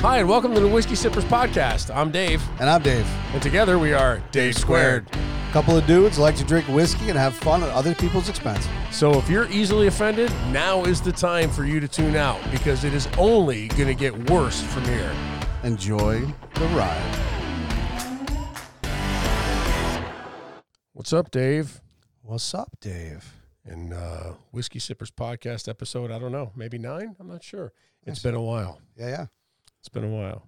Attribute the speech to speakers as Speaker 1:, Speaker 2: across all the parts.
Speaker 1: Hi, and welcome to the Whiskey Sippers Podcast. I'm Dave,
Speaker 2: And I'm Dave.
Speaker 1: and together we are Dave Squared.
Speaker 2: Couple of dudes like to drink whiskey and have fun at other people's expense.
Speaker 1: So if you're easily offended, now is the time for you to tune out because it is only going to get worse from here.
Speaker 2: Enjoy the ride.
Speaker 1: What's up, Dave?
Speaker 2: What's up, Dave?
Speaker 1: And uh, Whiskey Sippers Podcast episode, I don't know, maybe nine? I'm not sure. It's been a while.
Speaker 2: Yeah, yeah.
Speaker 1: It's been a while.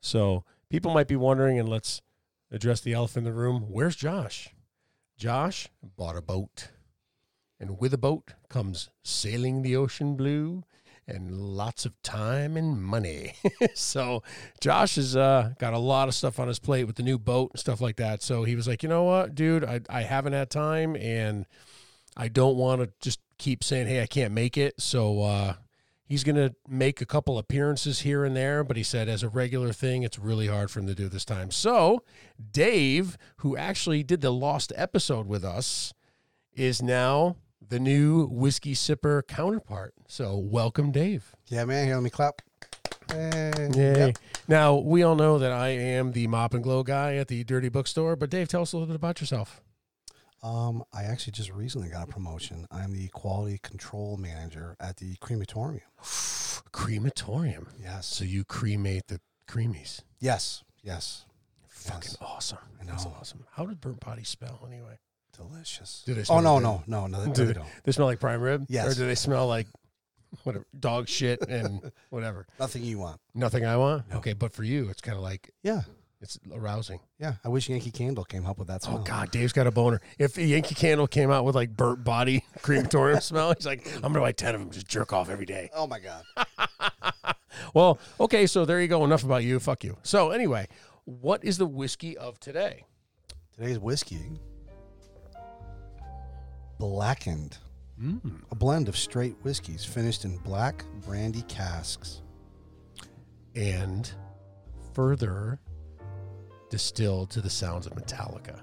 Speaker 1: So people might be wondering, and let's address the elephant in the room. Where's Josh? Josh bought a boat. And with a boat comes sailing the ocean blue and lots of time and money. so Josh has uh, got a lot of stuff on his plate with the new boat and stuff like that. So he was like, you know what, dude, I, I haven't had time and I don't want to just keep saying, hey, I can't make it. So uh, he's going to make a couple appearances here and there, but he said as a regular thing, it's really hard for him to do this time. So, Dave, who actually did the lost episode with us, is now the new whiskey sipper counterpart. So, welcome, Dave.
Speaker 2: Yeah, man. Here, let me clap. Hey.
Speaker 1: Yay.
Speaker 2: Yep.
Speaker 1: Now, we all know that I am the mop and glow guy at the dirty bookstore, but Dave, tell us a little bit about yourself.
Speaker 2: Um, I actually just recently got a promotion. I'm the quality control manager at the crematorium.
Speaker 1: Crematorium.
Speaker 2: Yes.
Speaker 1: So, you cremate the creamies.
Speaker 2: Yes. Yes.
Speaker 1: Fucking awesome.
Speaker 2: I
Speaker 1: That's
Speaker 2: know.
Speaker 1: awesome. How did burnt body spell anyway?
Speaker 2: Delicious.
Speaker 1: Do they smell
Speaker 2: Oh no,
Speaker 1: good?
Speaker 2: no, no, no, they,
Speaker 1: Do
Speaker 2: they don't.
Speaker 1: They smell like prime rib?
Speaker 2: Yes.
Speaker 1: Or do they smell like whatever dog shit and whatever?
Speaker 2: Nothing you want.
Speaker 1: Nothing I want?
Speaker 2: No.
Speaker 1: Okay, but for you it's kinda like
Speaker 2: Yeah.
Speaker 1: it's arousing.
Speaker 2: Yeah. I wish Yankee Candle came up with that
Speaker 1: Oh
Speaker 2: smell.
Speaker 1: god, Dave's got a boner. If a Yankee candle came out with like burnt body crematorium smell, he's like, I'm gonna buy ten of them, just jerk off every day.
Speaker 2: Oh my god.
Speaker 1: Well, okay, so there you go. Enough about you. Fuck you. So anyway, what is the whiskey of today?
Speaker 2: Today's whiskey blackened.
Speaker 1: Mm.
Speaker 2: A blend of straight whiskeys finished in black brandy casks.
Speaker 1: And further distilled to the sounds of Metallica.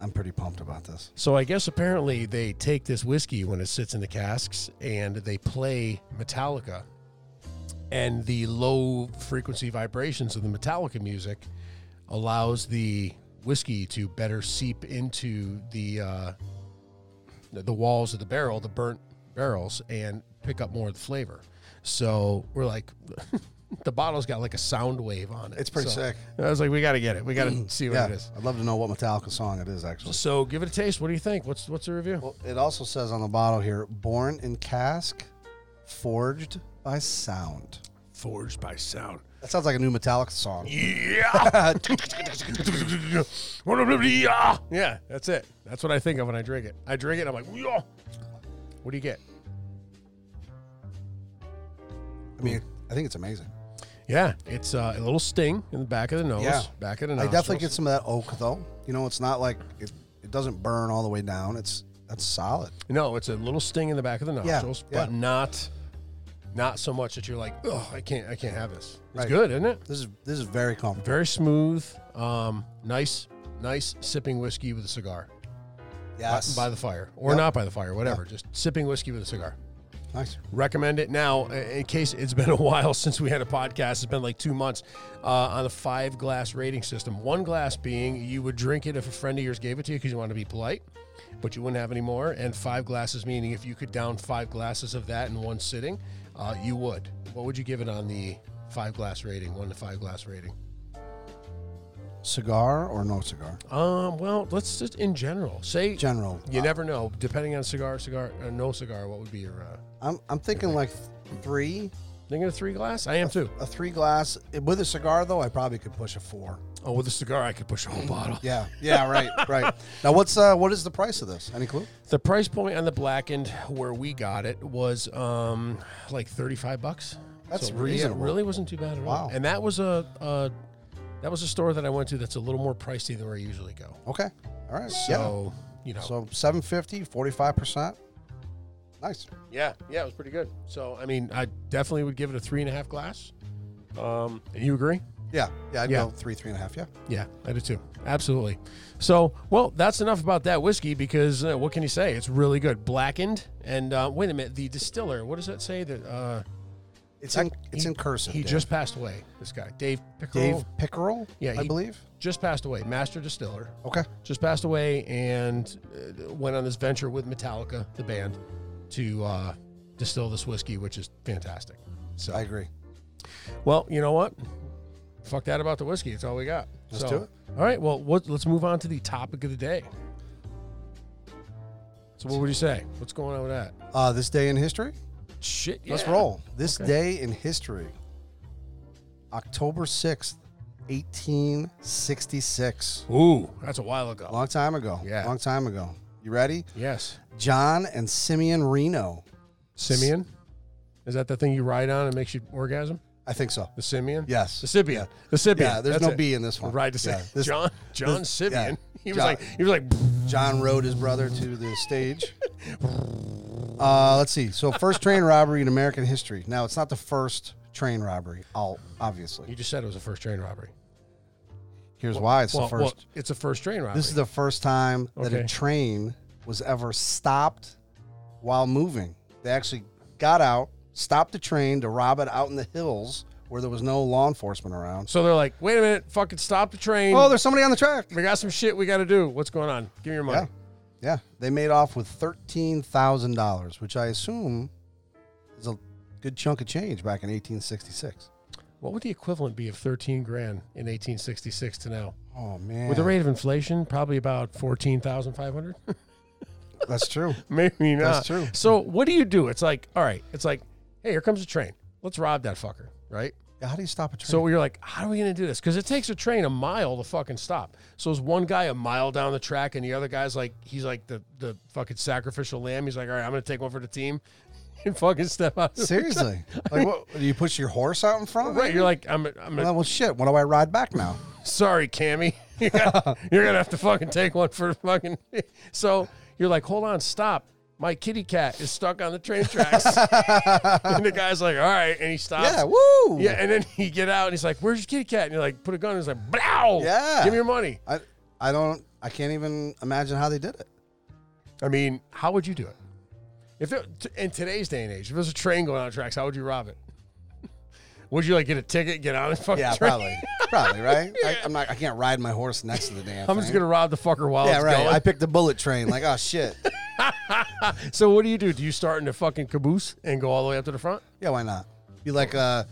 Speaker 2: I'm pretty pumped about this.
Speaker 1: So I guess apparently they take this whiskey when it sits in the casks and they play Metallica and the low frequency vibrations of the Metallica music allows the whiskey to better seep into the uh, the walls of the barrel, the burnt barrels, and pick up more of the flavor. So we're like, the bottle's got like a sound wave on it.
Speaker 2: It's pretty
Speaker 1: So
Speaker 2: sick. Mm,
Speaker 1: I was like, we got to get it. We got to see what
Speaker 2: yeah,
Speaker 1: it is.
Speaker 2: I'd love to know what Metallica song it is actually.
Speaker 1: So give it a taste. What do you think? What's what's the review?
Speaker 2: Well, it also says on the bottle here, born in cask, forged by sound.
Speaker 1: Forged by sound.
Speaker 2: That sounds like a new Metallica song.
Speaker 1: Yeah. yeah, that's it. That's what I think of when I drink it. I drink it, I'm like, yeah. What do you get?
Speaker 2: I mean, I think it's amazing.
Speaker 1: Yeah, it's uh, a little sting in the back of the nose.
Speaker 2: Yeah.
Speaker 1: Back of the
Speaker 2: I
Speaker 1: nose.
Speaker 2: definitely get some of that oak though. You know, it's not like it, it doesn't burn all the way down. It's that's solid.
Speaker 1: No, it's a little sting in the back of the
Speaker 2: Yeah,
Speaker 1: nostrils,
Speaker 2: yeah.
Speaker 1: but not not so much that you're like, oh, I can't I can't have this. It's
Speaker 2: Right.
Speaker 1: good, isn't it?
Speaker 2: This is this is very comfortable.
Speaker 1: Very smooth. Um, nice, nice sipping whiskey with a cigar.
Speaker 2: Yes.
Speaker 1: By the fire. Or
Speaker 2: Yep.
Speaker 1: not by the fire, whatever. Just sipping whiskey with a cigar.
Speaker 2: nice.
Speaker 1: recommend it now uh, in case it's been a while since we had a podcast it's been like two months uh, on the five glass rating system one glass being you would drink it if a friend of yours gave it to you because you want to be polite but you wouldn't have any more and five glasses meaning if you could down five glasses of that in one sitting uh, you would what would you give it on the five glass rating one to five glass rating
Speaker 2: Cigar or no cigar?
Speaker 1: um well let's just in general say
Speaker 2: General.
Speaker 1: you never know depending on cigar cigar or no cigar what would be your uh,
Speaker 2: I'm I'm thinking like three,
Speaker 1: thinking of three glass i am too
Speaker 2: a three glass with a cigar though. I probably could push a four.
Speaker 1: oh with a cigar i could push a whole bottle
Speaker 2: Yeah. Yeah. Right. right. Now what's uh what is the price of this? Any clue?
Speaker 1: The price point on the blackened where we got it was um like 35 bucks.
Speaker 2: That's
Speaker 1: really- yeah,
Speaker 2: reasonable.
Speaker 1: really wasn't too bad at all.
Speaker 2: Wow.
Speaker 1: And that was a, a that was a store that I went to that's a little more pricey than where I usually go.
Speaker 2: Okay. All right. So
Speaker 1: So, you know.
Speaker 2: yeah. so 750, 45 percent. Nice.
Speaker 1: yeah, yeah, it was pretty good. So, I mean, I definitely would give it a three and a half glass. Um, and you agree?
Speaker 2: Yeah. Yeah. I'd
Speaker 1: Yeah.
Speaker 2: go three, three and a half. Yeah.
Speaker 1: Yeah, I do too. Absolutely. So, well, that's enough about that whiskey because uh, what can you say? It's really good, blackened. And uh, wait a minute, the distiller. What does that say? That uh,
Speaker 2: It's in, it's
Speaker 1: he-
Speaker 2: in cursive.
Speaker 1: He
Speaker 2: Dave.
Speaker 1: just passed away. This guy, Dave Pickerel,
Speaker 2: Dave Pickerel.
Speaker 1: Yeah,
Speaker 2: I
Speaker 1: he-
Speaker 2: believe.
Speaker 1: just passed away. Master distiller,
Speaker 2: Okay.
Speaker 1: just passed away, and uh, went on this venture with Metallica, the band, to uh, distill this whiskey, which is fantastic. So,
Speaker 2: I agree.
Speaker 1: well, you know what? Fuck that about the whiskey. It's all we got.
Speaker 2: Let's
Speaker 1: So-
Speaker 2: do it.
Speaker 1: All right. Well, what, let's move on to the topic of the day. So, what would you say? What's going on with that?
Speaker 2: Uh, this day in history.
Speaker 1: Shit.
Speaker 2: Let's
Speaker 1: yeah.
Speaker 2: roll. This
Speaker 1: Okay.
Speaker 2: day in history. October 6th, 1866.
Speaker 1: Ooh, that's a while ago.
Speaker 2: Long time ago.
Speaker 1: Yeah.
Speaker 2: Long time ago. You ready?
Speaker 1: yes.
Speaker 2: John and Simeon Reno.
Speaker 1: Simeon. Is that the thing you ride on and makes you orgasm?
Speaker 2: I think so.
Speaker 1: The Simeon?
Speaker 2: Yes.
Speaker 1: The Simeon.
Speaker 2: Yeah.
Speaker 1: The Simeon.
Speaker 2: Yeah, there's
Speaker 1: That's
Speaker 2: no
Speaker 1: it.
Speaker 2: B in this one.
Speaker 1: Ride to Simeon.
Speaker 2: Yeah, this-
Speaker 1: John John Simeon.
Speaker 2: yeah.
Speaker 1: He was
Speaker 2: John.
Speaker 1: like he was like
Speaker 2: John rode his brother to the stage. Uh, let's see. So, first train robbery in American history. Now, it's not the first train robbery, all obviously.
Speaker 1: You just said it was the first train robbery.
Speaker 2: Here's why it's the
Speaker 1: well,
Speaker 2: first.
Speaker 1: well, it's a first train robbery.
Speaker 2: This is the first time that
Speaker 1: Okay.
Speaker 2: a train was ever stopped while moving. They actually got out, stopped the train to rob it out in the hills where there was no law enforcement around.
Speaker 1: so they're like, wait a minute, fucking stop the train.
Speaker 2: Oh, there's somebody on the track.
Speaker 1: we got some shit we gotta do. What's going on? Give me your money.
Speaker 2: Yeah. Yeah. They made off with $13,000, which I assume is a good chunk of change back in 1866.
Speaker 1: What would the equivalent be of thirteen grand in eighteen sixty six to now?
Speaker 2: Oh, man.
Speaker 1: With the rate of inflation, probably about fourteen thousand five hundred.
Speaker 2: That's true.
Speaker 1: Maybe not.
Speaker 2: That's true.
Speaker 1: So what do you do? It's like, all right, it's like, hey, here comes a train. Let's rob that fucker, right?
Speaker 2: Yeah, How do you stop a train?
Speaker 1: So you're like, how are we gonna do this? Because it takes a train a mile to fucking stop. So there's one guy a mile down the track, and the other guy's like, he's like the the fucking sacrificial lamb. He's like, all right, I'm gonna take one for the team, and fucking step out.
Speaker 2: Seriously. like, what? Do you push your horse out in front?
Speaker 1: Right? You're like, I'm, I'm
Speaker 2: Well, well, shit. What do I ride back now?
Speaker 1: sorry, Cammy. You're gonna, you're gonna have to fucking take one for fucking. So you're like, hold on, stop. My kitty cat is stuck on the train tracks. and the guy's like, all right. And he stops.
Speaker 2: Yeah. Woo.
Speaker 1: Yeah, and then he get out and he's like, "Where's your kitty cat?" And you're like, "Put a gun." And he's like, "Blow!"
Speaker 2: Yeah.
Speaker 1: give me your money.
Speaker 2: I I don't I can't even imagine how they did it.
Speaker 1: I mean, how would you do it? If it, t- in today's day and age, if there's a train going on the tracks, how would you rob it? would you like get a ticket, get on the fucking
Speaker 2: Yeah,
Speaker 1: train?
Speaker 2: probably, probably right. I, I'm not. I can't ride my horse next to the damn.
Speaker 1: I'm just
Speaker 2: thing.
Speaker 1: gonna rob the fucker while
Speaker 2: Yeah,
Speaker 1: it's
Speaker 2: right.
Speaker 1: going.
Speaker 2: I picked the bullet train. Like, oh shit.
Speaker 1: so what do you do? Do you start in the fucking caboose and go all the way up to the front?
Speaker 2: Yeah, why not? Be like uh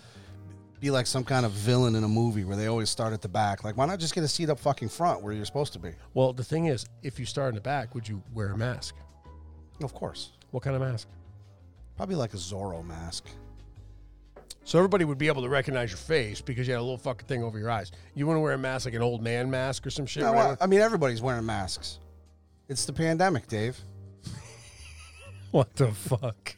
Speaker 2: be like some kind of villain in a movie where they always start at the back. Like, why not just get a seat up fucking front where you're supposed to be?
Speaker 1: Well, the thing is, if you start in the back, would you wear a mask?
Speaker 2: Of course.
Speaker 1: What kind of mask?
Speaker 2: Probably like a Zorro mask.
Speaker 1: So everybody would be able to recognize your face because you had a little fucking thing over your eyes. You wouldn't wear a mask like an old man mask or some shit.
Speaker 2: No,
Speaker 1: right?
Speaker 2: I, I mean, everybody's wearing masks. It's the pandemic, Dave.
Speaker 1: What the fuck?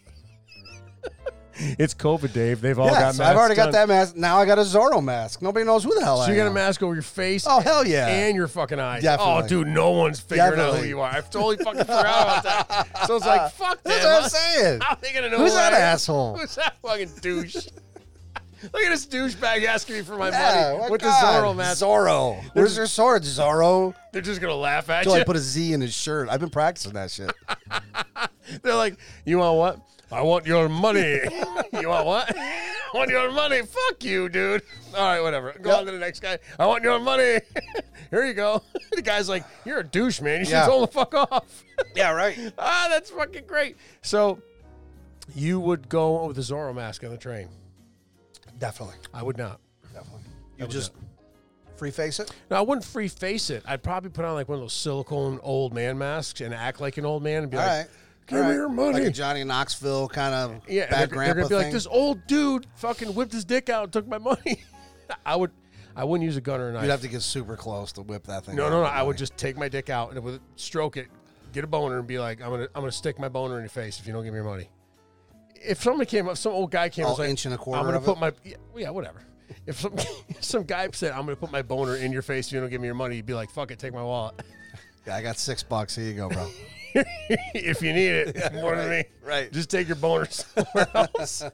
Speaker 1: it's COVID, Dave. They've all got
Speaker 2: Yes,
Speaker 1: masks.
Speaker 2: I've already got
Speaker 1: done.
Speaker 2: that mask. Now I got a Zorro mask. Nobody knows who the hell
Speaker 1: So
Speaker 2: I
Speaker 1: you got a
Speaker 2: am.
Speaker 1: mask over your face.
Speaker 2: Oh hell yeah!
Speaker 1: And your fucking eyes. Oh,
Speaker 2: Definitely.
Speaker 1: dude, no one's figuring out who
Speaker 2: Definitely.
Speaker 1: you are. I've totally fucking forgot about that. So it's like, fuck
Speaker 2: That's
Speaker 1: them.
Speaker 2: what I'm saying.
Speaker 1: How are they gonna know
Speaker 2: Who's
Speaker 1: who
Speaker 2: that
Speaker 1: I am?
Speaker 2: asshole?
Speaker 1: Who's that fucking douche? Look at this douchebag asking me for my
Speaker 2: Yeah,
Speaker 1: money
Speaker 2: what
Speaker 1: with
Speaker 2: God?
Speaker 1: the Zorro mask.
Speaker 2: Zorro. Where's your sword, Zorro?
Speaker 1: They're just gonna laugh at
Speaker 2: Until I
Speaker 1: you.
Speaker 2: put a Z in his shirt. I've been practicing that shit.
Speaker 1: They're like, you want what? I want your money. you want what? I want your money. Fuck you, dude. All right, whatever. Go on to the next guy. I want your money. Here you go. the guy's like, you're a douche, man. You should
Speaker 2: Yeah.
Speaker 1: have told the fuck off.
Speaker 2: yeah, right.
Speaker 1: ah, that's fucking great. So you would go with a Zorro mask on the train.
Speaker 2: Definitely.
Speaker 1: I would not.
Speaker 2: Definitely. You just free face it?
Speaker 1: Now, I wouldn't free face it. I'd probably put on like one of those silicone old man masks and act like an old man and be
Speaker 2: All
Speaker 1: like,
Speaker 2: right.
Speaker 1: give
Speaker 2: All
Speaker 1: me
Speaker 2: right.
Speaker 1: your money.
Speaker 2: Like a Johnny Knoxville kind of
Speaker 1: Yeah, and they're,
Speaker 2: bad
Speaker 1: they're
Speaker 2: grandpa
Speaker 1: gonna be
Speaker 2: thing.
Speaker 1: like, this old dude fucking whipped his dick out and took my money. I would, I wouldn't use a gun or a knife.
Speaker 2: You'd have to get super close to whip that thing.
Speaker 1: no,
Speaker 2: out
Speaker 1: no,
Speaker 2: of
Speaker 1: no.
Speaker 2: the
Speaker 1: I would
Speaker 2: way.
Speaker 1: just take my dick out and with stroke it, get a boner, and be like, I'm gonna, I'm gonna stick my boner in your face if you don't give me your money. If somebody came up, some old guy came, up,
Speaker 2: All
Speaker 1: was like,
Speaker 2: inch and a quarter
Speaker 1: I'm gonna
Speaker 2: of
Speaker 1: put
Speaker 2: it?
Speaker 1: my, yeah, well, yeah, whatever. If some some guy said, I'm gonna put my boner in your face if you don't give me your money, you'd be like, fuck it, take my wallet.
Speaker 2: Yeah, I got six bucks. Here you go, bro.
Speaker 1: if you need it more than me.
Speaker 2: Right.
Speaker 1: Just take your boner somewhere else.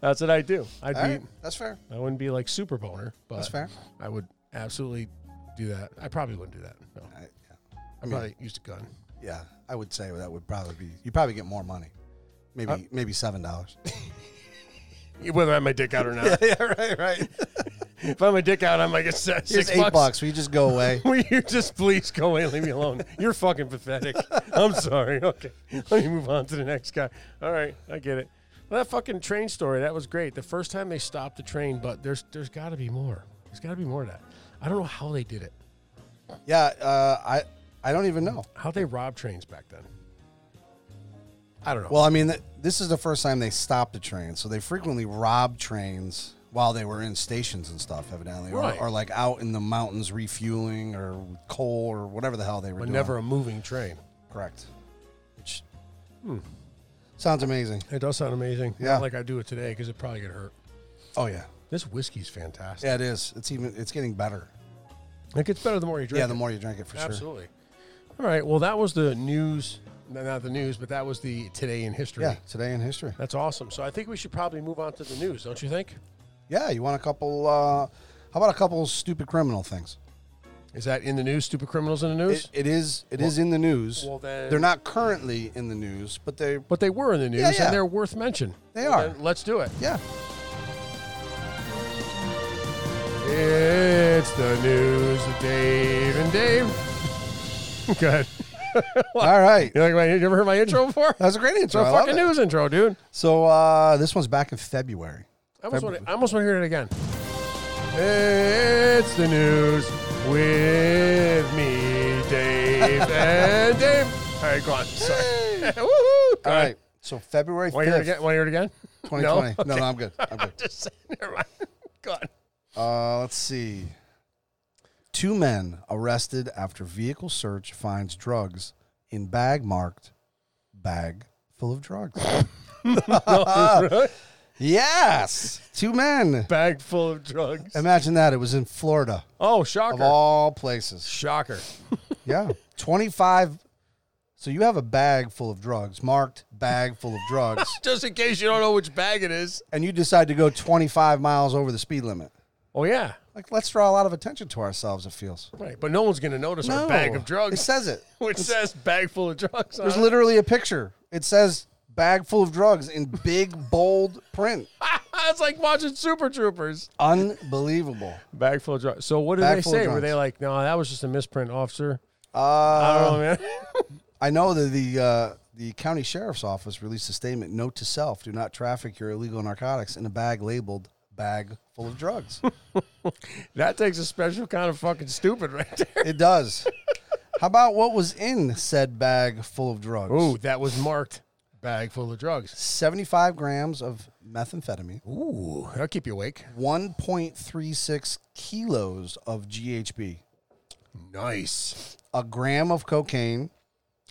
Speaker 1: That's what I do. I'd
Speaker 2: All
Speaker 1: be
Speaker 2: right. That's fair.
Speaker 1: I wouldn't be like super boner, but
Speaker 2: That's fair.
Speaker 1: I would absolutely do that. I probably wouldn't do that. No.
Speaker 2: I, yeah.
Speaker 1: I probably used a gun.
Speaker 2: yeah, I would say that would probably be. You probably get more money. Maybe
Speaker 1: Uh,
Speaker 2: maybe seven dollars.
Speaker 1: Whether I have my dick out or not.
Speaker 2: yeah. Right. Right.
Speaker 1: If I have my dick out, I might get se-
Speaker 2: Here's
Speaker 1: uh, six
Speaker 2: eight bucks. Will you just go away?
Speaker 1: Will you just please go away and leave me alone? You're fucking pathetic. I'm sorry. Okay. Let me move on to the next guy. All right. I get it. Well, that fucking train story, that was great. The first time they stopped the train, but there's there's got to be more. There's got to be more of that. I don't know how they did it.
Speaker 2: yeah. Uh, I I don't even know.
Speaker 1: How they robbed trains back then. I don't know.
Speaker 2: Well, I mean, th- this is the first time they stopped a train, so they frequently robbed trains while they were in stations and stuff, evidently, or,
Speaker 1: Right.
Speaker 2: or like out in the mountains refueling or coal or whatever the hell they were
Speaker 1: but
Speaker 2: doing.
Speaker 1: never a moving train.
Speaker 2: correct. Which
Speaker 1: Hmm.
Speaker 2: sounds amazing.
Speaker 1: It does sound amazing.
Speaker 2: Yeah.
Speaker 1: Not like I do it today because it probably get hurt.
Speaker 2: Oh yeah,
Speaker 1: This whiskey's fantastic.
Speaker 2: yeah, it is. It's even it's getting better.
Speaker 1: It gets better the more you drink.
Speaker 2: Yeah,
Speaker 1: it.
Speaker 2: the more you drink it, for sure.
Speaker 1: Absolutely. All right. Well, that was the news. no, Not the news, but that was the today in history.
Speaker 2: Yeah, today in history.
Speaker 1: That's awesome. So I think we should probably move on to the news, don't you think?
Speaker 2: Yeah, you want a couple? Uh, how about a couple stupid criminal things?
Speaker 1: Is that in the news? Stupid criminals in the news?
Speaker 2: It, it is. It is in the news.
Speaker 1: well, then-
Speaker 2: they're not currently in the news, but they.
Speaker 1: but they were in the news
Speaker 2: Yeah, yeah.
Speaker 1: and they're worth mention.
Speaker 2: They
Speaker 1: Well,
Speaker 2: are.
Speaker 1: then let's do it.
Speaker 2: Yeah.
Speaker 1: It's the news with Dave and Dave. Good.
Speaker 2: All right.
Speaker 1: You like my? You ever heard my intro before?
Speaker 2: That was a great
Speaker 1: It's a
Speaker 2: intro. I love
Speaker 1: fucking
Speaker 2: it.
Speaker 1: news intro, dude.
Speaker 2: So uh, this one's back in February.
Speaker 1: I almost, want to, I almost want to hear it again. It's the news with me, Dave and Dave. All right, go on. Sorry. Woohoo! All
Speaker 2: All right. So February
Speaker 1: Want to hear it
Speaker 2: fifth,
Speaker 1: again? Want to hear it again?
Speaker 2: twenty twenty.
Speaker 1: No.
Speaker 2: No, no, I'm good. I'm good.
Speaker 1: Just saying, never mind. Go on.
Speaker 2: Uh, let's see. Two men arrested after vehicle search finds drugs in bag marked bag full of drugs.
Speaker 1: Oh.
Speaker 2: yes, two men.
Speaker 1: Bag full of drugs.
Speaker 2: Imagine that. It was in Florida,
Speaker 1: Oh,
Speaker 2: of
Speaker 1: shocker!
Speaker 2: all places.
Speaker 1: shocker.
Speaker 2: Yeah, twenty-five. So you have a bag full of drugs, marked bag full of drugs,
Speaker 1: Just in case you don't know which bag it is.
Speaker 2: and you decide to go twenty-five miles over the speed limit.
Speaker 1: Oh yeah,
Speaker 2: Like, let's draw a lot of attention to ourselves. It feels.
Speaker 1: right. But no one's gonna notice our bag of
Speaker 2: It
Speaker 1: drugs,
Speaker 2: says it.
Speaker 1: which says bag full of drugs. on
Speaker 2: There's
Speaker 1: it.
Speaker 2: literally a picture. It says bag full of drugs in big bold print.
Speaker 1: it's like watching Super Troopers.
Speaker 2: Unbelievable.
Speaker 1: Bag full of drugs. So what did
Speaker 2: Bag
Speaker 1: they
Speaker 2: full of
Speaker 1: say? Were they
Speaker 2: drugs.
Speaker 1: like, no, that was just a misprint, officer?
Speaker 2: Uh,
Speaker 1: I don't know, man.
Speaker 2: I know that the uh, the county sheriff's office released a statement: "Note to self: Do not traffic your illegal narcotics in a bag labeled." Bag full of drugs.
Speaker 1: that takes a special kind of fucking stupid right there.
Speaker 2: it does. How about what was in said bag full of drugs?
Speaker 1: Ooh, that was marked bag full of drugs.
Speaker 2: 75 grams of methamphetamine,
Speaker 1: Ooh, that'll keep you awake.
Speaker 2: 1.36 kilos of GHB,
Speaker 1: Nice.
Speaker 2: a gram of cocaine,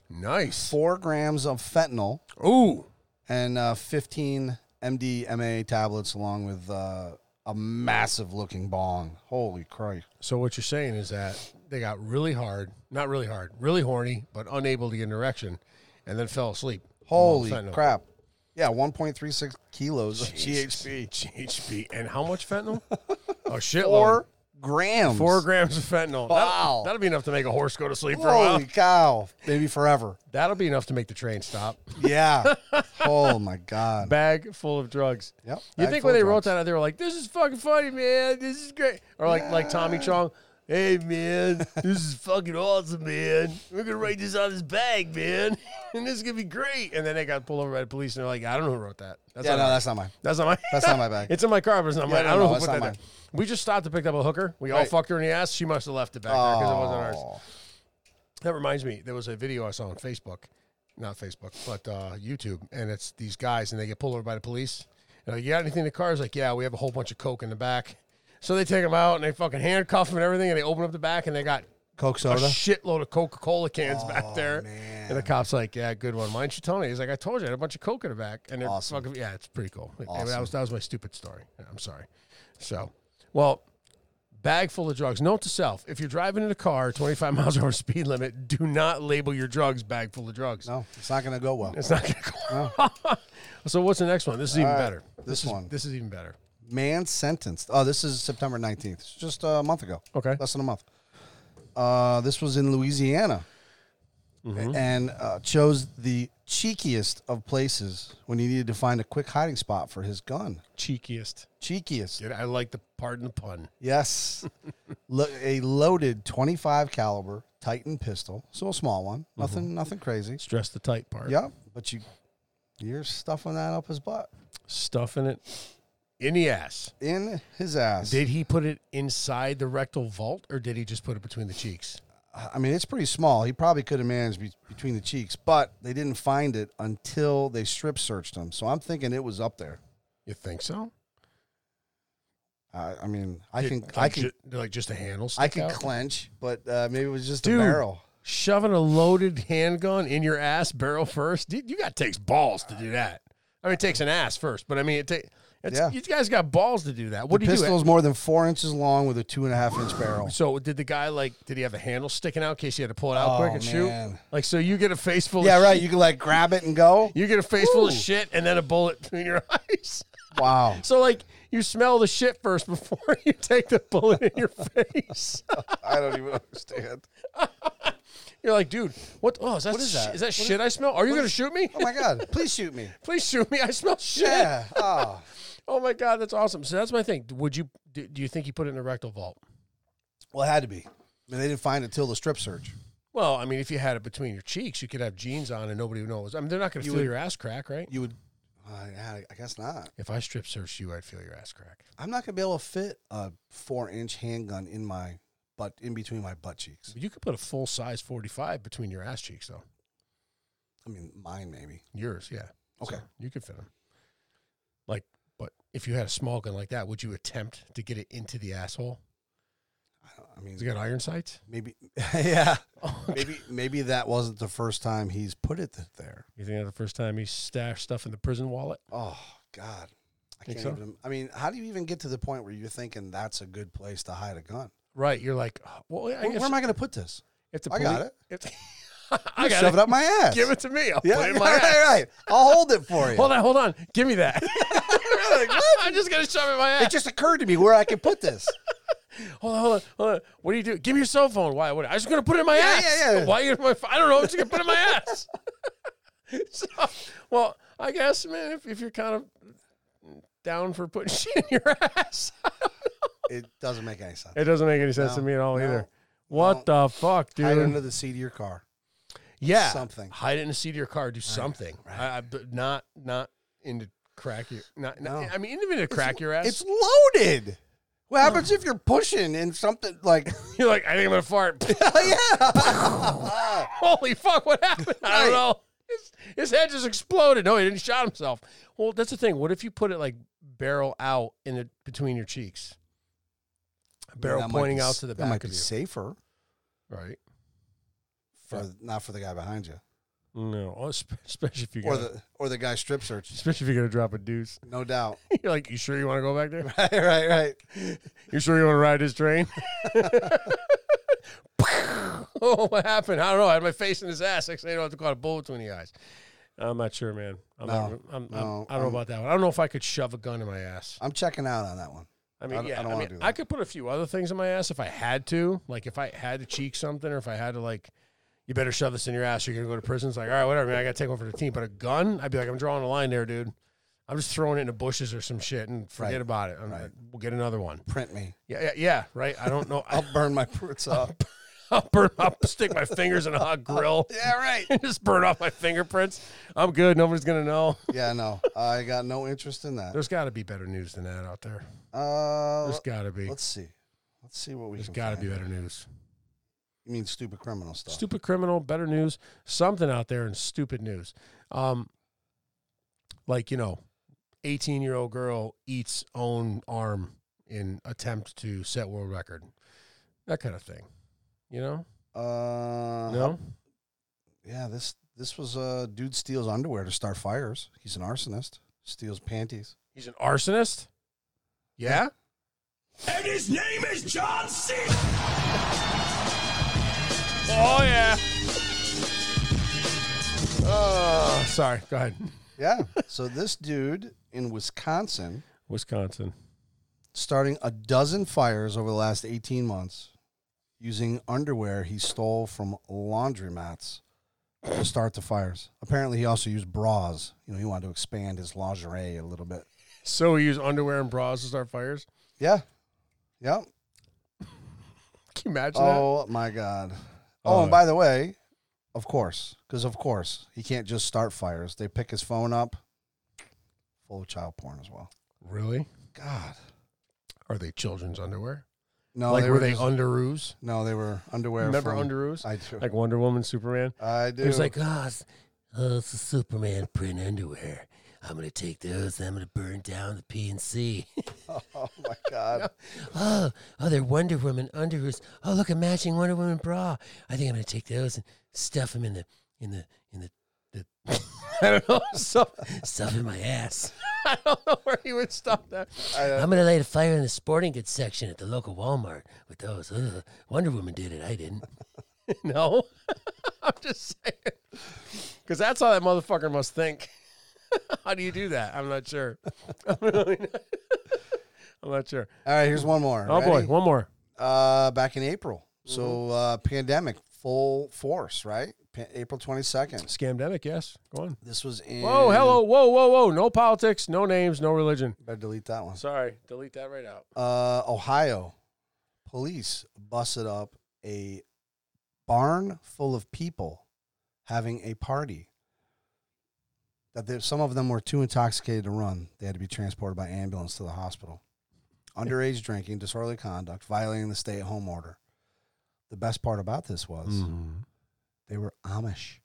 Speaker 1: Nice.
Speaker 2: four grams of fentanyl
Speaker 1: Ooh.
Speaker 2: and uh, 15 MDMA tablets, along with uh, a massive looking bong. Holy Christ.
Speaker 1: So what you're saying is that they got really hard, not really hard, really horny, but unable to get an erection, and then fell asleep.
Speaker 2: Holy
Speaker 1: Fentanyl.
Speaker 2: crap. Yeah, 1.36 kilos of GHB.
Speaker 1: GHB. And how much fentanyl? oh, shit.
Speaker 2: Four grams.
Speaker 1: Four grams of fentanyl.
Speaker 2: Wow.
Speaker 1: That'll, that'll be enough to make a horse go to sleep for a while.
Speaker 2: Holy cow. Maybe forever.
Speaker 1: That'll be enough to make the train stop.
Speaker 2: Yeah. oh my God.
Speaker 1: Bag full of drugs.
Speaker 2: Yep.
Speaker 1: You
Speaker 2: Bag
Speaker 1: think
Speaker 2: full
Speaker 1: when
Speaker 2: of
Speaker 1: they wrote
Speaker 2: drugs.
Speaker 1: that out, they were like, "This is fucking funny, man. This is great," or like like Tommy Chong, "Hey man, this is fucking awesome, man. We're gonna write this on this bag, man, and this is gonna be great." And then they got pulled over by the police, and they're like, "I don't know who wrote that. That's not
Speaker 2: Yeah, no,
Speaker 1: mine.
Speaker 2: that's not mine.
Speaker 1: That's not my.
Speaker 2: That's not my bag.
Speaker 1: it's in my car, but it's not mine.
Speaker 2: no,
Speaker 1: I don't know who
Speaker 2: no, that's
Speaker 1: put that
Speaker 2: not
Speaker 1: there. We just stopped to pick up a hooker. We all
Speaker 2: Right.
Speaker 1: fucked her in the ass. She must have left it back there because it wasn't ours.
Speaker 2: Oh.
Speaker 1: That reminds me, there was a video I saw on Facebook, not Facebook, but uh, YouTube, and it's these guys and they get pulled over by the police. And like, you got anything in the car? It's like, yeah, we have a whole bunch of coke in the back. So they take them out and they fucking handcuff them and everything, and they open up the back and they got
Speaker 2: Coke
Speaker 1: a
Speaker 2: soda.
Speaker 1: shitload of Coca Cola cans back there.
Speaker 2: Oh. man.
Speaker 1: And the cop's like, yeah, good one. Why didn't you tell me? He's like, I told you, I had a bunch of coke in the back. And they're
Speaker 2: Awesome.
Speaker 1: fucking, yeah, it's pretty cool. Anyway, that was that was my stupid story. Yeah, I'm sorry. So, well, Bag full of drugs. Note to self: If you're driving in a car 25 miles over speed limit, do not label your drugs bag full of drugs.
Speaker 2: No, it's not going to go well.
Speaker 1: It's not going to go. so what's the next one? This is even
Speaker 2: right,
Speaker 1: better.
Speaker 2: this
Speaker 1: is,
Speaker 2: one.
Speaker 1: This is even better.
Speaker 2: Man sentenced. Oh, this is September 19th. It's just a month ago.
Speaker 1: Okay.
Speaker 2: Less than a month. Uh, this was in Louisiana
Speaker 1: Mm-hmm.
Speaker 2: A- and uh, chose the cheekiest of places when he needed to find a quick hiding spot for his gun.
Speaker 1: Cheekiest.
Speaker 2: Cheekiest.
Speaker 1: Get- I like the pardon the pun.
Speaker 2: Yes. Lo- a loaded 25 caliber Titan pistol. So a small one.
Speaker 1: Mm-hmm.
Speaker 2: Nothing nothing crazy.
Speaker 1: Stress the tight part.
Speaker 2: Yep, but you you're stuffing that up his butt
Speaker 1: Stuffing it in the ass.
Speaker 2: in his ass.
Speaker 1: Did he put it inside the rectal vault, or did he just put it between the cheeks?
Speaker 2: I mean, it's pretty small. He probably could have managed be- between the cheeks, but they didn't find it until they strip searched him. So I'm thinking it was up there.
Speaker 1: You think so?
Speaker 2: I I mean, I
Speaker 1: Did-
Speaker 2: can
Speaker 1: like
Speaker 2: I can
Speaker 1: ju- like just a handle.
Speaker 2: I
Speaker 1: stick
Speaker 2: can
Speaker 1: out?
Speaker 2: clench, but uh, maybe it was just
Speaker 1: Dude.
Speaker 2: a barrel.
Speaker 1: shoving a loaded handgun in your ass barrel first. Dude, you got takes balls to do that. I mean, it takes an ass first, but I mean, it takes.
Speaker 2: Yeah.
Speaker 1: You guys got balls to do that. What
Speaker 2: The
Speaker 1: do you
Speaker 2: pistol
Speaker 1: do?
Speaker 2: is more than four inches long with a two and a half inch barrel.
Speaker 1: So did the guy like? Did he have a handle sticking out in case he had to pull it out
Speaker 2: Oh,
Speaker 1: quick and shoot?
Speaker 2: man.
Speaker 1: Like, so you get a face full.
Speaker 2: Yeah,
Speaker 1: of
Speaker 2: right.
Speaker 1: shit-
Speaker 2: You can like grab it and go.
Speaker 1: you get a face full of
Speaker 2: Ooh.
Speaker 1: shit and then a bullet between your eyes.
Speaker 2: Wow.
Speaker 1: So like, you smell the shit first before you take the bullet in your face.
Speaker 2: I don't even understand.
Speaker 1: You're like, dude, what? Oh, is that
Speaker 2: is
Speaker 1: sh-
Speaker 2: that?
Speaker 1: is that shit I smell? Are you gonna shoot me?
Speaker 2: Oh my god! Please shoot me.
Speaker 1: Please shoot me. I smell shit.
Speaker 2: Yeah. Oh.
Speaker 1: Oh my god, that's awesome. So that's my thing. Would you do, do you think you put it in a rectal vault?
Speaker 2: Well, it had to be. I mean, they didn't find it till the strip search.
Speaker 1: Well, I mean, if you had it between your cheeks, you could have jeans on and nobody would know. it was- I mean, they're not going to
Speaker 2: You
Speaker 1: feel
Speaker 2: would-
Speaker 1: your ass crack, right?
Speaker 2: You would. Uh, yeah, I guess not.
Speaker 1: If I strip searched you, I'd feel your ass crack.
Speaker 2: I'm not gonna be able to fit a four inch handgun in my butt, in between my butt cheeks.
Speaker 1: But you could put a full size 45 between your ass cheeks, though.
Speaker 2: I mean, mine maybe.
Speaker 1: Yours, yeah.
Speaker 2: Okay.
Speaker 1: So you could fit them. Like, but if you had a small gun like that, would you attempt to get it into the asshole?
Speaker 2: I, don't, I mean,
Speaker 1: Has it got iron sights?
Speaker 2: maybe. yeah.
Speaker 1: Oh,
Speaker 2: Maybe maybe that wasn't the first time he's put it th- there.
Speaker 1: you think that's the first time he stashed stuff in the prison wallet?
Speaker 2: Oh God. I
Speaker 1: Think
Speaker 2: can't
Speaker 1: so?
Speaker 2: even. I mean, how do you even get to the point where you're thinking that's a good place to hide a gun?
Speaker 1: Right. You're like, oh, well, I
Speaker 2: Where,
Speaker 1: guess
Speaker 2: where am I going to put this?
Speaker 1: if the
Speaker 2: I got
Speaker 1: poli-
Speaker 2: it.
Speaker 1: If, I got
Speaker 2: Shove
Speaker 1: it.
Speaker 2: it up my ass.
Speaker 1: Give it to me. I'll
Speaker 2: Yeah,
Speaker 1: put it in my
Speaker 2: right,
Speaker 1: ass.
Speaker 2: right. I'll hold it for you.
Speaker 1: Hold on, hold on. Give me that. I'm just gonna shove it in my
Speaker 2: it
Speaker 1: ass.
Speaker 2: just occurred to me where I could put this.
Speaker 1: Hold on, hold on, hold on. What do you do? Give me your cell phone. Why? What? I was gonna put it in my
Speaker 2: Yeah,
Speaker 1: ass.
Speaker 2: yeah, yeah.
Speaker 1: Why you? My, I don't know. I'm just gonna put it in my ass. so, well, I guess, man, if, if you're kind of down for putting shit in your ass,
Speaker 2: It doesn't make any sense.
Speaker 1: it doesn't make any sense
Speaker 2: No,
Speaker 1: to me at all
Speaker 2: no,
Speaker 1: either. What the fuck, dude?
Speaker 2: Hide under the seat of your car.
Speaker 1: yeah,
Speaker 2: something.
Speaker 1: Hide it in the seat of your car. Do something.
Speaker 2: right.
Speaker 1: I, I, but not not in the crack. Your, not,
Speaker 2: No.
Speaker 1: not. I mean, even to crack your ass.
Speaker 2: It's loaded. What happens if you're pushing and something like,
Speaker 1: You're like, I think I'm gonna fart.
Speaker 2: yeah,
Speaker 1: Holy fuck, what happened? I don't
Speaker 2: Right.
Speaker 1: know. His, his head just exploded. No, he didn't shot himself. Well, that's the thing. What if you put it like barrel out in the between your cheeks? A barrel
Speaker 2: That might
Speaker 1: pointing
Speaker 2: be-
Speaker 1: out to the
Speaker 2: That might
Speaker 1: back
Speaker 2: be
Speaker 1: of you.
Speaker 2: safer
Speaker 1: Right.
Speaker 2: for not for the guy behind you
Speaker 1: No. Oh, sp- Especially if you're
Speaker 2: or
Speaker 1: gonna,
Speaker 2: the or the guy strip search.
Speaker 1: especially if you're gonna drop a deuce.
Speaker 2: No doubt.
Speaker 1: You're like, you sure you want to go back there?
Speaker 2: right, right, right.
Speaker 1: You sure you want to ride this train? oh, what happened? I don't know. I had my face in his ass. Next thing I know, I have to call a bullet between the eyes. I'm not sure, man. I'm
Speaker 2: No,
Speaker 1: not, I'm, I'm,
Speaker 2: no,
Speaker 1: I don't know
Speaker 2: I'm-
Speaker 1: about that one. I don't know if I could shove a gun in my ass.
Speaker 2: I'm checking out on that one.
Speaker 1: I mean,
Speaker 2: I don't-
Speaker 1: yeah,
Speaker 2: I
Speaker 1: I,
Speaker 2: don't wanna
Speaker 1: mean,
Speaker 2: do that.
Speaker 1: I could put a few other things in my ass if I had to. Like if I had to cheek something, or if I had to like, you better shove this in your ass. You're gonna go to prison. It's like, all right, whatever, man. I gotta take one for the team. But a gun, I'd be like, I'm drawing a line there, dude. I'm just throwing it in the bushes or some shit and forget
Speaker 2: Right.
Speaker 1: about it. I'm
Speaker 2: Right.
Speaker 1: We'll get another one.
Speaker 2: Print me.
Speaker 1: Yeah, yeah, yeah right. I don't know.
Speaker 2: I'll burn my prints up.
Speaker 1: I'll burn. I'll stick my fingers in a hot grill
Speaker 2: yeah, right.
Speaker 1: and just burn off my fingerprints. I'm good. Nobody's gonna know.
Speaker 2: Yeah, no, I got no interest in that.
Speaker 1: There's got to be better news than that out there.
Speaker 2: Uh,
Speaker 1: There's got to be.
Speaker 2: let's see. Let's see what we
Speaker 1: There's
Speaker 2: can
Speaker 1: got to
Speaker 2: find.
Speaker 1: be better news.
Speaker 2: You mean stupid criminal stuff?
Speaker 1: Stupid criminal, better news, something out there in stupid news. Um, like you know, 18 year old girl eats own arm in attempt to set world record. That kind of thing. You know?
Speaker 2: Uh,
Speaker 1: No.
Speaker 2: Yeah, this this was a uh, dude steals underwear to start fires. He's an arsonist. Steals panties.
Speaker 1: He's an arsonist. Yeah.
Speaker 3: And his name is John C.
Speaker 1: Oh yeah. Oh, sorry. Go ahead.
Speaker 2: Yeah. so this dude in Wisconsin
Speaker 1: Wisconsin.
Speaker 2: starting a dozen fires over the last 18 months using underwear he stole from laundromats to start the fires. Apparently, he also used bras. You know, he wanted to expand his lingerie a little bit.
Speaker 1: So we use underwear and bras to start fires.
Speaker 2: Yeah. Yep.
Speaker 1: Can you imagine
Speaker 2: Oh, my God. Oh,
Speaker 1: Uh,
Speaker 2: and by the way, of course, because of course, he can't just start fires. They pick his phone up, full of child porn as well.
Speaker 1: that? Really?
Speaker 2: God.
Speaker 1: Are they children's underwear?
Speaker 2: No,
Speaker 1: like
Speaker 2: they
Speaker 1: were,
Speaker 2: were,
Speaker 1: they
Speaker 2: just-
Speaker 1: underoos?
Speaker 2: no, they were underwear.
Speaker 1: Remember
Speaker 2: from-
Speaker 1: underoos?
Speaker 2: I do.
Speaker 1: Like Wonder Woman, Superman.
Speaker 2: I do.
Speaker 1: It was like, oh, it's, oh, it's a Superman print underwear. I'm gonna take those. and I'm gonna burn down the PNC.
Speaker 2: oh my god.
Speaker 1: oh, oh, they're Wonder Woman underoos. Oh, look, a matching Wonder Woman bra. I think I'm gonna take those and stuff them in the in the in the. the I don't know stuff stuff in my ass. I don't know where he would stop that.
Speaker 2: uh,
Speaker 1: I'm gonna light a fire in the sporting goods section at the local Walmart with those. Ugh, Wonder Woman did it. I didn't. no, I'm just saying because that's how that motherfucker must think. how do you do that? I'm not sure. I'm really not- I'm not sure.
Speaker 2: All right, here's one more.
Speaker 1: Oh boy, Mm-hmm.
Speaker 2: Ready?
Speaker 1: one more.
Speaker 2: Uh, back in April. So uh, pandemic full force, right? Pa- April 22nd.
Speaker 1: Scamdemic, yes. Go on.
Speaker 2: This was in.
Speaker 1: Whoa, hello, whoa, whoa, whoa. No politics, no names, no religion.
Speaker 2: Better delete that one.
Speaker 1: Sorry, delete that right out.
Speaker 2: Uh, Ohio police busted up a barn full of people having a party. That they, some of them were too intoxicated to run. They had to be transported by ambulance to the hospital. Underage drinking, disorderly conduct, violating the stay-at-home order. The best part about this was
Speaker 1: Hmm.
Speaker 2: they were Amish.
Speaker 1: Mm.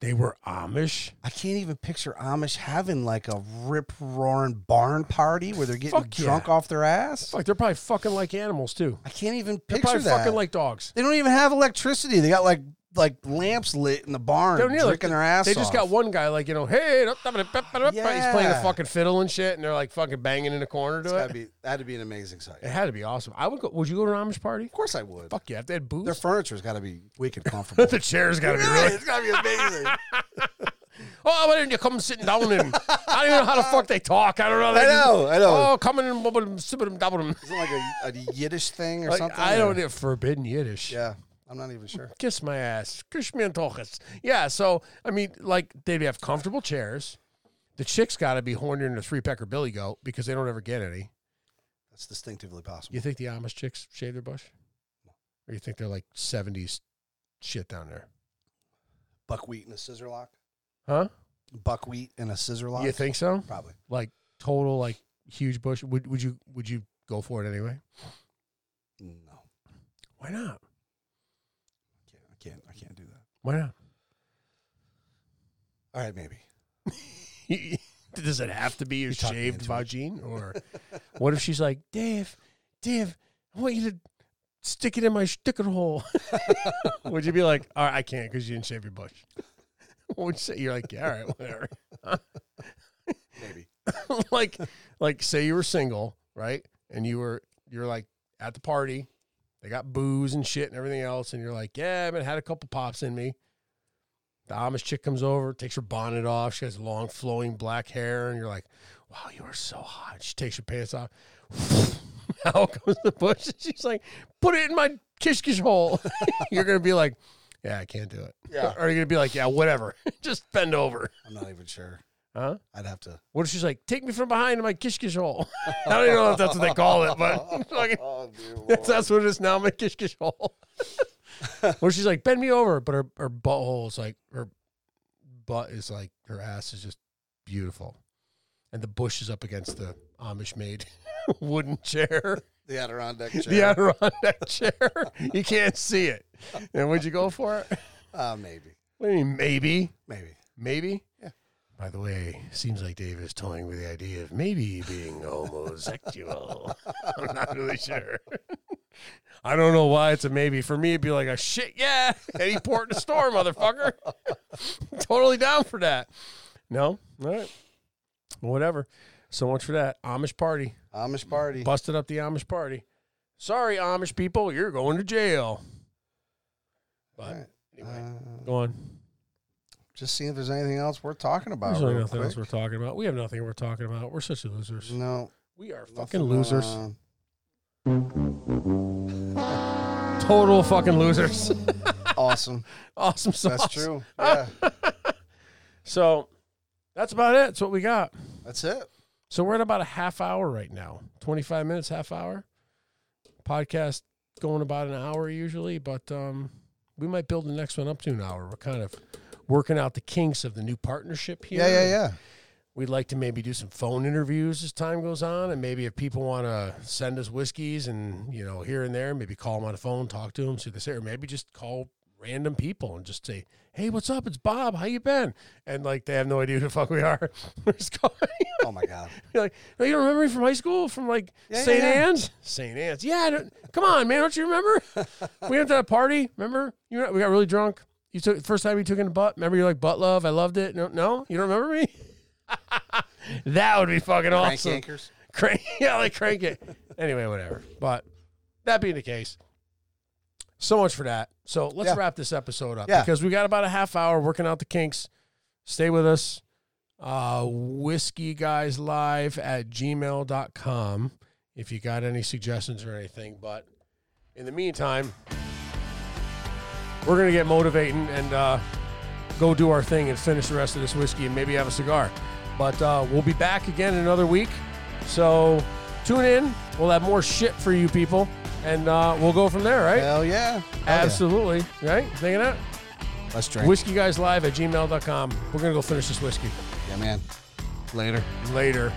Speaker 1: They were Amish.
Speaker 2: I can't even picture Amish having like a rip roaring barn party where they're getting
Speaker 1: Fuck yeah.
Speaker 2: drunk off their ass.
Speaker 1: It's like they're probably fucking like animals too.
Speaker 2: I can't even
Speaker 1: They're
Speaker 2: picture
Speaker 1: probably
Speaker 2: that.
Speaker 1: fucking like dogs.
Speaker 2: They don't even have electricity. They got like like lamps lit in the barn,
Speaker 1: They don't need
Speaker 2: drinking
Speaker 1: elec-
Speaker 2: their ass.
Speaker 1: They just got
Speaker 2: off.
Speaker 1: one guy like, you know, hey, da- da- da- da- da- da- he's playing a
Speaker 2: Yeah.
Speaker 1: fucking fiddle and shit, and they're like fucking banging in the corner
Speaker 2: It's
Speaker 1: to
Speaker 2: gotta
Speaker 1: it.
Speaker 2: be that'd be an amazing sight.
Speaker 1: It
Speaker 2: Of
Speaker 1: had to be awesome. I would go. Would you go to an Amish party?
Speaker 2: course, I would.
Speaker 1: Fuck yeah! If they had booze,
Speaker 2: Their furniture's got to be wicked comfortable.
Speaker 1: the chair's got to be
Speaker 2: Really,
Speaker 1: really.
Speaker 2: it's gotta be amazing.
Speaker 1: Oh, why didn't you come sitting down and I don't even know how the fuck they talk. I don't know. They
Speaker 2: I know, I know.
Speaker 1: Oh, coming in, bubble them, sip them, double them.
Speaker 2: Is it like a, a Yiddish thing or
Speaker 1: Like,
Speaker 2: something?
Speaker 1: I
Speaker 2: or-
Speaker 1: don't know. Forbidden Yiddish.
Speaker 2: Yeah, I'm not even sure.
Speaker 1: Kiss my ass. Kiss me and tochus. Yeah. So I mean, like they'd have comfortable chairs. The chick's got to be horned in a three pecker billy goat because they don't ever get any.
Speaker 2: That's distinctively possible.
Speaker 1: You think the Amish chicks shave their bush? Or you think they're like seventies shit down there?
Speaker 2: Buckwheat and a scissor lock.
Speaker 1: Huh?
Speaker 2: Buckwheat and a scissor lock.
Speaker 1: You think so?
Speaker 2: Probably.
Speaker 1: Like total like huge bush. Would would you would you go for it anyway?
Speaker 2: No,
Speaker 1: Why not?
Speaker 2: I can't. I can't. I can't do that.
Speaker 1: Why not?
Speaker 2: All right, maybe.
Speaker 1: Does it have to be a
Speaker 2: talked me
Speaker 1: shaved
Speaker 2: into it.
Speaker 1: vagine? Or what if she's like, Dave, Dave, I want you to stick it in my sticker hole? would you be like, all right, I can't because you didn't shave your bush? What would you say? You're like, yeah, all right, whatever.
Speaker 2: Maybe.
Speaker 1: like, like say you were single, right? And you were, you're like at the party, they got booze and shit and everything else. And you're like, yeah, I haven't had a couple pops in me. The Amish chick comes over, takes her bonnet off. She has long, flowing black hair, and you're like, "Wow, you are so hot." She takes her pants off. Out comes the bush, and she's like, "Put it in my kish kish hole." you're gonna be like, "Yeah, I can't do it."
Speaker 2: Yeah.
Speaker 1: Or you're gonna be like, "Yeah, whatever. Just bend over."
Speaker 2: I'm not even sure.
Speaker 1: Huh?
Speaker 2: I'd have to.
Speaker 1: What if she's like, "Take me from behind in my kish kish hole"? I don't even know if that's what they call it, but fucking-
Speaker 2: Oh, dear
Speaker 1: that's, that's what it is now, my kish kish hole. Where she's like, bend me over, but her, her butthole is like, her butt is like, her ass is just beautiful. And the bush is up against the Amish made wooden chair,
Speaker 2: The Adirondack chair.
Speaker 1: the Adirondack chair. You can't see it. And would you go for it?
Speaker 2: Uh, maybe.
Speaker 1: What do you mean, maybe?
Speaker 2: Maybe.
Speaker 1: Maybe? Yeah. By the way, seems like Dave is toying with the idea of maybe being homosexual. I'm not really sure. I don't know why it's a maybe. For me, it'd be like a shit, yeah, any port in the store, motherfucker. totally down for that. No? All right. Whatever. So much for that Amish party.
Speaker 2: Amish party.
Speaker 1: Busted up the Amish party. Sorry, Amish people, you're going to jail.
Speaker 2: All
Speaker 1: But
Speaker 2: right.
Speaker 1: anyway,
Speaker 2: Uh,
Speaker 1: go on.
Speaker 2: just seeing if there's anything else worth talking about.
Speaker 1: There's really
Speaker 2: real
Speaker 1: nothing else we're
Speaker 2: quick.
Speaker 1: talking about. We have nothing we're talking about. We're such losers.
Speaker 2: No,
Speaker 1: We are
Speaker 2: nothing uh,
Speaker 1: fucking losers.
Speaker 2: going on.
Speaker 1: Total fucking losers.
Speaker 2: Awesome.
Speaker 1: awesome sauce.
Speaker 2: That's true. Yeah,
Speaker 1: So that's about it. That's what we got.
Speaker 2: that's it.
Speaker 1: So we're at about a half hour right now. 25 minutes, half hour. Podcast going about an hour usually, but um, we might build the next one up to an hour. We're kind of working out the kinks of the new partnership here.
Speaker 2: Yeah, yeah, yeah.
Speaker 1: We'd like to maybe do some phone interviews as time goes on, and maybe if people want to send us whiskeys and you know here and there, maybe call them on the phone, talk to them, see this or maybe just call random people and just say, "Hey, what's up? It's Bob. How you been?" And like they have no idea who the fuck we are. We're just calling.
Speaker 2: Oh my god.
Speaker 1: You're like, no, you don't remember me from high school, from like
Speaker 2: Yeah, yeah,
Speaker 1: St.
Speaker 2: yeah.
Speaker 1: Anne's? St. Anne's. Yeah, I don't, come on, man. Don't you remember? we went to that party. Remember? You know, we got really drunk. You took first time you took in the butt. Remember you like butt love? I loved it. No, no, you don't remember me? that would be fucking
Speaker 2: Crank
Speaker 1: awesome.
Speaker 2: anchors.
Speaker 1: Crank, yeah, like crank it. Anyway, whatever. But that being the case, so much for that. So let's
Speaker 2: Yeah.
Speaker 1: wrap this episode up
Speaker 2: Yeah.
Speaker 1: because we got about a half hour working out the kinks. Stay with us. Uh, whiskey guys live at gmail.com if you got any suggestions or anything. But in the meantime, we're going to get motivating and uh, go do our thing and finish the rest of this whiskey and maybe have a cigar. But uh, we'll be back again in another week. So tune in. We'll have more shit for you people. And uh, we'll go from there, right?
Speaker 2: Hell yeah. Hell yeah.
Speaker 1: Absolutely. Right? Thinking that?
Speaker 2: Let's drink.
Speaker 1: WhiskeyGuysLive at gmail.com. We're going to go finish this whiskey.
Speaker 2: Yeah, man. Later.
Speaker 1: Later.